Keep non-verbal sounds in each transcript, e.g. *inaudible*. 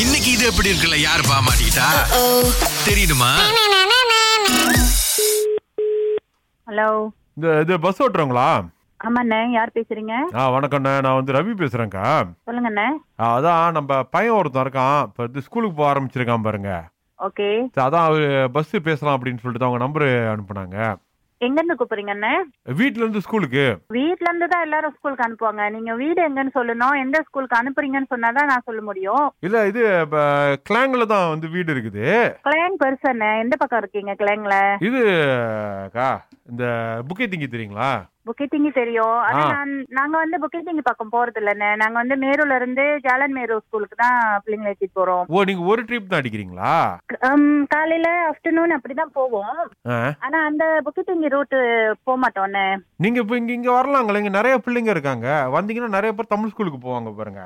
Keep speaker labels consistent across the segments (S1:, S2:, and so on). S1: இன்னைக்கு இது எப்படி இருக்குல்ல யார் பாமாட்டா தெரியுமா
S2: ஹலோ
S3: இந்த இது பஸ் ஓட்டுறவங்களா
S2: ஆமாண்ணே யார் பேசுறீங்க
S3: ஆ வணக்கண்ணே நான் வந்து ரவி பேசுறேங்க்கா
S2: சொல்லுங்கண்ணே
S3: ஆ, அதான் நம்ம பையன் ஒருத்தன் இருக்கான் இப்போ வந்து ஸ்கூலுக்கு போக ஆரம்பிச்சிருக்கான் பாருங்க
S2: ஓகே
S3: சரி, அதான் அவர் பஸ் பேசலாம் அப்படின்னு சொல்லிட்டு அவங்க நம்பர் அனுப்புனாங்க
S2: எங்க இருந்து கூப்பிடுறீங்கண்ணே
S3: வீட்ல இருந்து ஸ்கூலுக்கு
S2: வீட்ல இருந்து தான் எல்லாரும் ஸ்கூலுக்கு அனுப்புவாங்க நீங்க வீடு எங்கன்னு சொல்லணும் எந்த ஸ்கூலுக்கு அனுப்புறீங்கன்னு சொன்னாதான் நான் சொல்ல முடியும்
S3: இல்ல இது இப்போ கிளாங்ல தான் வந்து வீடு இருக்குது
S2: கிளையன் பெருசண்ணே எந்த பக்கம் இருக்கீங்க கிளையன்ல
S3: இது அக்கா இந்த புக்கே திங்கி தெரியுங்களா
S2: புக்கிட்டிங்கி தெரியும் ஆனா
S3: ஆ.
S2: நான் நாங்க வந்து புக்கிட்டிங்கி பக்கம் போறது இல்லண்ணே நாங்க வந்து மேரூர்ல இருந்து ஜாலன் மேரு ஸ்கூலுக்கு தான் பிள்ளைங்களை ஏற்றிட்டு போறோம்
S3: ஓ நீங்க ஒரு ட்ரிப் தான் அடிக்கிறீங்களா
S2: ஹம், காலையில ஆஃப்டர்நூன் அப்படிதான் போவோம்
S3: ஆ.
S2: ஆனா அந்த புக்கிட்டிங்கி ரூட் போக மாட்டோம்ண்ணே
S3: நீங்க இப்போ இங்க இங்க வரலாங்களே இங்க நிறைய பிள்ளைங்க இருக்காங்க வந்தீங்கன்னா நிறைய பேர் தமிழ் ஸ்கூலுக்கு போவாங்க பாருங்க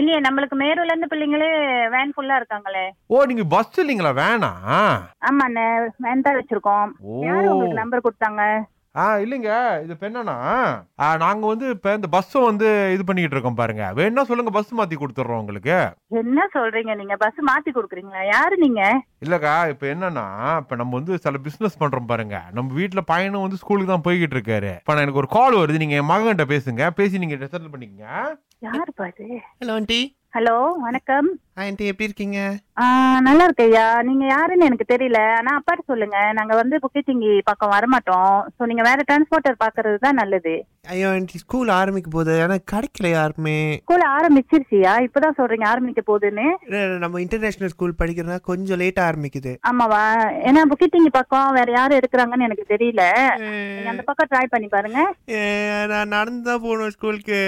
S2: இல்லையே நம்மளுக்கு மேரூர்ல இருந்து பிள்ளைங்களே வேன் ஃபுல்லா இருக்காங்களே
S3: ஓ நீங்க பஸ் இல்லைங்களா வேணா
S2: ஆமாண்ணே வேன் தான் வச்சிருக்கோம் யாரு
S3: ஓ
S2: உங்களுக்கு நம்பர் கொடுத்தாங்க
S3: ஆ இல்லைங்க இது இப்ப என்னன்னா ஆ, நாங்க வந்து இப்ப இந்த பஸ்ஸும் வந்து இது பண்ணிக்கிட்டு இருக்கோம் பாருங்க வேணா சொல்லுங்க பஸ் மாத்தி கொடுத்துட்றோம் உங்களுக்கு
S2: என்ன சொல்றீங்க நீங்க பஸ் மாத்தி கொடுக்குறீங்களா யாரு நீங்க
S3: இல்லக்கா இப்ப என்னன்னா இப்ப நம்ம வந்து சில பிசினஸ் பண்றோம் பாருங்க நம்ம வீட்ல பையனும் வந்து ஸ்கூலுக்கு தான் போய்கிட்டு இருக்காரு இப்ப நான் எனக்கு ஒரு கால் வருது நீங்க என் மகன்கிட்ட பேசுங்க பேசி நீங்க செட்டில் பண்ணிக்கங்க
S2: யாரு பாரு
S4: ஹலோ ஆண்டி
S2: ஹலோ வணக்கம்
S4: ஆண்டி எப்படி இருக்கீங்க
S2: ஆ, நல்லா இருக்கு ஐயா நீங்க யாருன்னு எனக்கு தெரியல ஆனா அப்பாட்ட சொல்லுங்க நாங்க வந்து புக்கிட்டிங்கி பக்கம் வரமாட்டோம் சோ நீங்க வேற டிரான்ஸ்போர்ட்டர் பாக்குறது தான் நல்லது
S4: ஐயோ ஆண்டி ஸ்கூல் ஆரம்பிக்க போகுது ஆனால் கிடைக்கல யாருமே
S2: ஸ்கூல் ஆரம்பிச்சிருச்சியா இப்பதான் சொல்றீங்க ஆரம்பிக்க போகுதுன்னு
S4: இல்ல, நம்ம இன்டர்நேஷ்னல் ஸ்கூல் படிக்கிறதுனா கொஞ்சம் லேட்டாக ஆரம்பிக்குது
S2: ஆமாவா ஏன்னா புக்கிட்டிங்கி பக்கம் வேற யாரு இருக்கிறாங்கன்னு எனக்கு தெரியல நீங்க அந்த பக்கம் ட்ரை பண்ணி பாருங்க *laughs*
S4: ஏ, நான் நடந்து தான் போகணும் ஸ்கூலுக்கு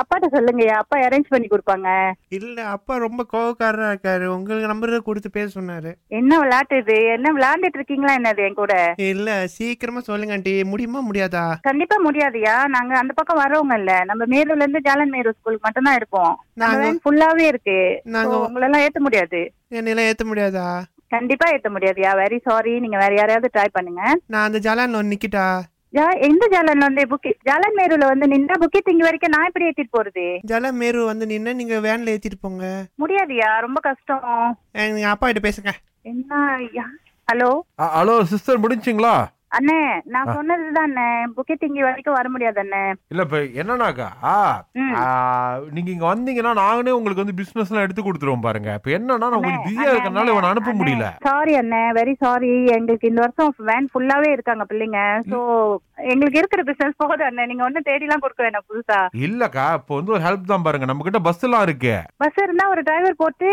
S2: அப்பாட்ட சொல்லுங்கய்யா அப்பா அரேஞ்ச் பண்ணி கொடுப்பாங்க
S4: இல்லை அப்பா ரொம்ப கோவக்காரராக இருக்காரு உங்களுக்கு நம்பர் கொடுத்து பேச சொன்னாரு
S2: என்ன விளையாட்டு இது என்ன விளையாண்டுட்டு இருக்கீங்களா என்னது என் கூட
S4: இல்லை சீக்கிரமா சொல்லுங்க ஆண்டி முடியுமா முடியாதா
S2: கண்டிப்பா முடியாதுயா நாங்க அந்த பக்கம் வரவங்க இல்ல நம்ம மேலூர்ல இருந்து ஜாலன் மேரு ஸ்கூலுக்கு மட்டும் தான் இருப்போம்
S4: நாங்க-
S2: வேன் ஃபுல்லாவே இருக்கு
S4: நாங்க-
S2: So, உங்களெல்லாம் ஏத்த முடியாது
S4: என்னெல்லாம் ஏற்ற முடியாதா
S2: கண்டிப்பா ஏத்த முடியாதுயா வெரி சாரி நீங்க வேற யாரையாவது ட்ரை பண்ணுங்க
S4: நான் அந்த ஜலான்ல ஒன்று நிக்கிட்டா
S2: யா- எந்த ஜாலன்ல வந்து புக்கி ஜாலன் மேருல வந்து நின்னா புக்கி திங்க வரைக்கும் நான் எப்படி ஏத்திட்டு போறது
S4: ஜலா மேரு வந்து நின்று நீங்கள் வேனில் ஏற்றிட்டு போங்க
S2: முடியாதுயா ரொம்ப கஷ்டம்
S4: எங்கள் அப்பா கிட்ட பேசுங்க
S2: என்ன ஹலோ
S3: அ- ஹலோ சிஸ்டர் முடிஞ்சுங்களா
S2: அண்ணே நான் சொன்னதுதான் அண்ணே புக்கி திங்கி வரைக்கும் வர முடியாது அண்ணே
S3: இல்ல இப்ப என்னன்னாக்கா
S2: ம்.
S3: ஆ, நீங்க இங்க வந்தீங்கன்னா நாங்களே உங்களுக்கு வந்து பிசினஸ் எல்லாம் எடுத்து கொடுத்துருவோம் பாருங்க இப்ப என்னன்னா நான் கொஞ்சம் பிஸியா இருக்கறனால இவனை அனுப்ப முடியல
S2: சாரி அண்ணே வெரி சாரி எங்களுக்கு இந்த வருஷம் வேன் ஃபுல்லாவே இருக்காங்க பிள்ளைங்க சோ எங்களுக்கு இருக்கிற பிசினஸ் போதும் அண்ணே நீங்க ஒண்ணும் தேடி எல்லாம் கொடுக்க வேணாம் புதுசா
S3: இல்லக்கா இப்போ வந்து ஒரு ஹெல்ப் தான் பாருங்க நம்ம கிட்ட பஸ் எல்லாம் இருக்கு
S2: பஸ் இருந்தா ஒரு டிரைவர் போட்டு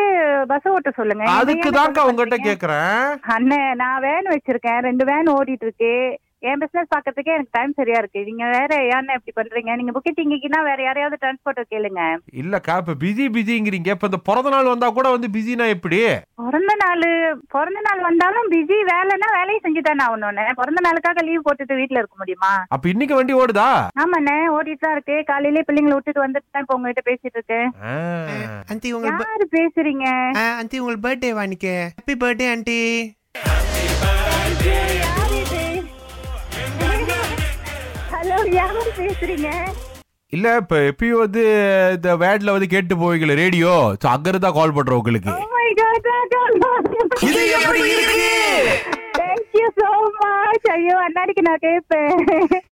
S2: பஸ் ஓட்ட சொல்லுங்க நீங்க
S3: அதுக்கு
S2: ஏன்
S3: தான்க்கா
S2: இப்படி
S3: உங்ககிட்ட
S2: பண்றீங்க?
S3: கேக்குறேன்
S2: அண்ணே நான் வேன் வச்சிருக்கேன் ரெண்டு வேன் ஓடிட்டு இருக்கு என் பிசினஸ் பாக்கிறதுக்கே எனக்கு டைம் சரியா இருக்கு நீங்க வேற ஏன் இப்படி பண்றீங்க நீங்க புக்கி திங்கிக்கினா வேற யாரையாவது டிரான்ஸ்போர்ட்டர் கேளுங்க
S3: இல்லக்கா இப்ப பிஸி பிஸிங்கிறீங்க இப்ப இந்த பிறந்த நாள் வந்தா கூட வந்து பிஸினா எப்படி
S2: பிறந்த நாள் பிறந்த நாள் வந்தாலும் பிஸி வேலைன்னா வேலையை செஞ்சுதானே ஆகணும்னே பிறந்த நாளுக்காக லீவ் போட்டுட்டு வீட்டுல இருக்க முடியுமா
S3: அப்ப இன்னைக்கு வண்டி ஓடுதா
S2: ஆமாண்ணே ஓடிட்டு தான் இருக்கு காலையிலே பிள்ளைங்களை விட்டுட்டு வந்துட்டு தான் இப்ப உங்ககிட்ட பேசிட்டு இருக்கேன்
S4: ஆண்டி உங்களுக்கு
S2: யாரு பேசுறீங்க
S4: ஆண்டி உங்களுக்கு பர்த்டே வாணிக்க ஹாப்பி பர்த்டே ஆண்டி
S2: யாரு இது? ஹலோ யாரு பேசுறீங்க
S3: இல்ல இப்ப எப்பயும் வந்து இந்த வேட்ல வந்து கேட்டு போவீங்களே ரேடியோ அக்கறதா கால் பண்றோம் உங்களுக்கு
S2: Oh my God,
S1: இது எப்படி இருக்கு
S2: Thank you so much. ஐயோ அண்ணாடிக்கு நான் கேட்பேன்